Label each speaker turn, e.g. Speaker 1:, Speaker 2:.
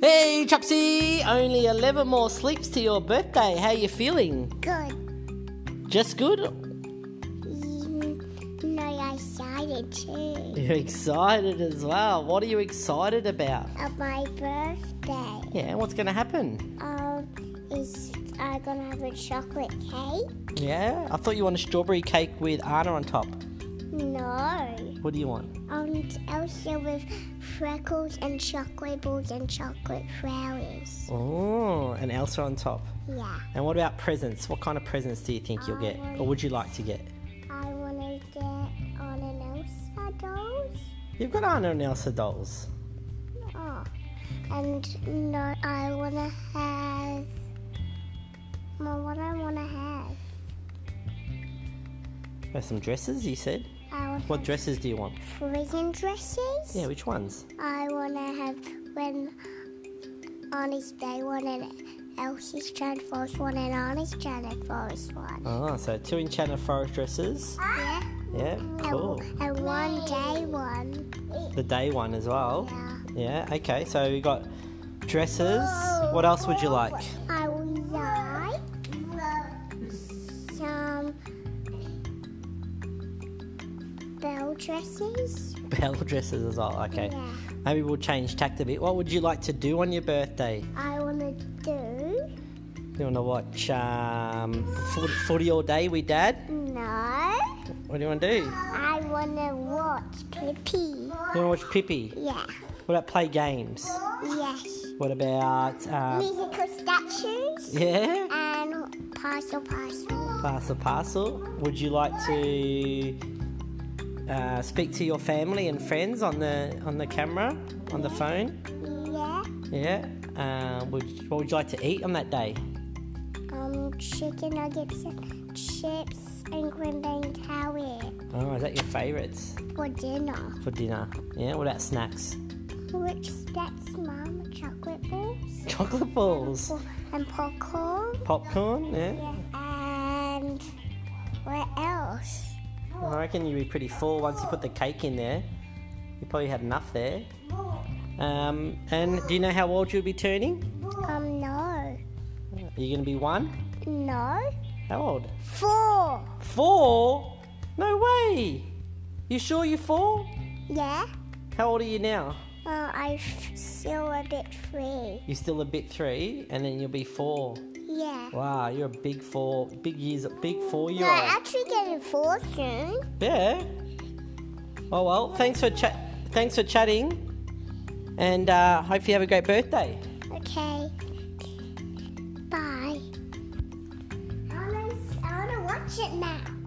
Speaker 1: Hey, Chopsy! Only 11 more sleeps to your birthday. How you feeling?
Speaker 2: Good.
Speaker 1: Just good?
Speaker 2: Mm, No, I excited too.
Speaker 1: You're excited as well. What are you excited about?
Speaker 2: At my birthday,
Speaker 1: Yeah, what's going to happen?
Speaker 2: um, is I gonna have a chocolate cake?
Speaker 1: Yeah, I thought you wanted strawberry cake with Anna on top.
Speaker 2: No.
Speaker 1: What do you want?
Speaker 2: Um, Elsa with freckles and chocolate balls and chocolate flowers.
Speaker 1: Oh, and Elsa on top.
Speaker 2: Yeah.
Speaker 1: And what about presents? What kind of presents do you think you'll get? Or would you like to get?
Speaker 2: I wanna get on an Elsa doll.
Speaker 1: You've got Anna and Elsa dolls.
Speaker 2: Oh. And no, I wanna have. Mom, what I wanna have?
Speaker 1: There's some dresses, you said?
Speaker 2: I want
Speaker 1: What dresses do you want?
Speaker 2: prison dresses.
Speaker 1: Yeah, which ones?
Speaker 2: I want to have when Honest Day one and Elsie's Transforce one and Honest Transforce one.
Speaker 1: Oh, so two Enchanted Forest dresses.
Speaker 2: Yeah.
Speaker 1: Yeah, Oh. cool.
Speaker 2: And, and one day one.
Speaker 1: The day one as well.
Speaker 2: Yeah.
Speaker 1: Yeah, okay, so we got dresses. What else would you like?
Speaker 2: I would like some bell dresses.
Speaker 1: Bell dresses as well, okay.
Speaker 2: Yeah.
Speaker 1: Maybe we'll change tact a bit. What would you like to do on your birthday?
Speaker 2: I want to do
Speaker 1: You want to watch um, foot- footy all day with dad?
Speaker 2: no.
Speaker 1: What do you want to do? You
Speaker 2: I want to watch Pippi.
Speaker 1: want to watch Pippi?
Speaker 2: Yeah.
Speaker 1: What about play games?
Speaker 2: Yes.
Speaker 1: What about um,
Speaker 2: musical statues
Speaker 1: yeah?
Speaker 2: and parcel parcel.
Speaker 1: Pass a parcel. Would you like to uh, speak to your family and friends on the on the camera on the phone?
Speaker 2: Yeah.
Speaker 1: Yeah. Uh, would, what would you like to eat on that day?
Speaker 2: Um, chicken nuggets and chips and green bean carrot
Speaker 1: Oh, is that your favourites
Speaker 2: for dinner.
Speaker 1: for dinner? Yeah. What about snacks?
Speaker 2: Which that's mum chocolate balls
Speaker 1: Chocolate balls,
Speaker 2: and popcorn
Speaker 1: popcorn. Yeah.
Speaker 2: and what else?
Speaker 1: I reckon you'd be pretty full once you put the cake in there. You probably had enough there. Um, and do you know how old you'll be turning?
Speaker 2: Um, no,
Speaker 1: Are you going to be one?
Speaker 2: no,
Speaker 1: How old?
Speaker 2: four.
Speaker 1: Four? No way! You sure you're four?
Speaker 2: Yeah.
Speaker 1: How old are you now?
Speaker 2: Uh, I still a bit free.
Speaker 1: You're still a bit three, and then you'll be four.
Speaker 2: Yeah.
Speaker 1: Wow, you're a big four, big years, big four year
Speaker 2: No, I'm
Speaker 1: old.
Speaker 2: actually getting four soon.
Speaker 1: Yeah. Oh well, thanks for chat. Thanks for chatting, and uh, hope you have a great birthday.
Speaker 2: Okay. Bye. I wanna, I wanna watch it now.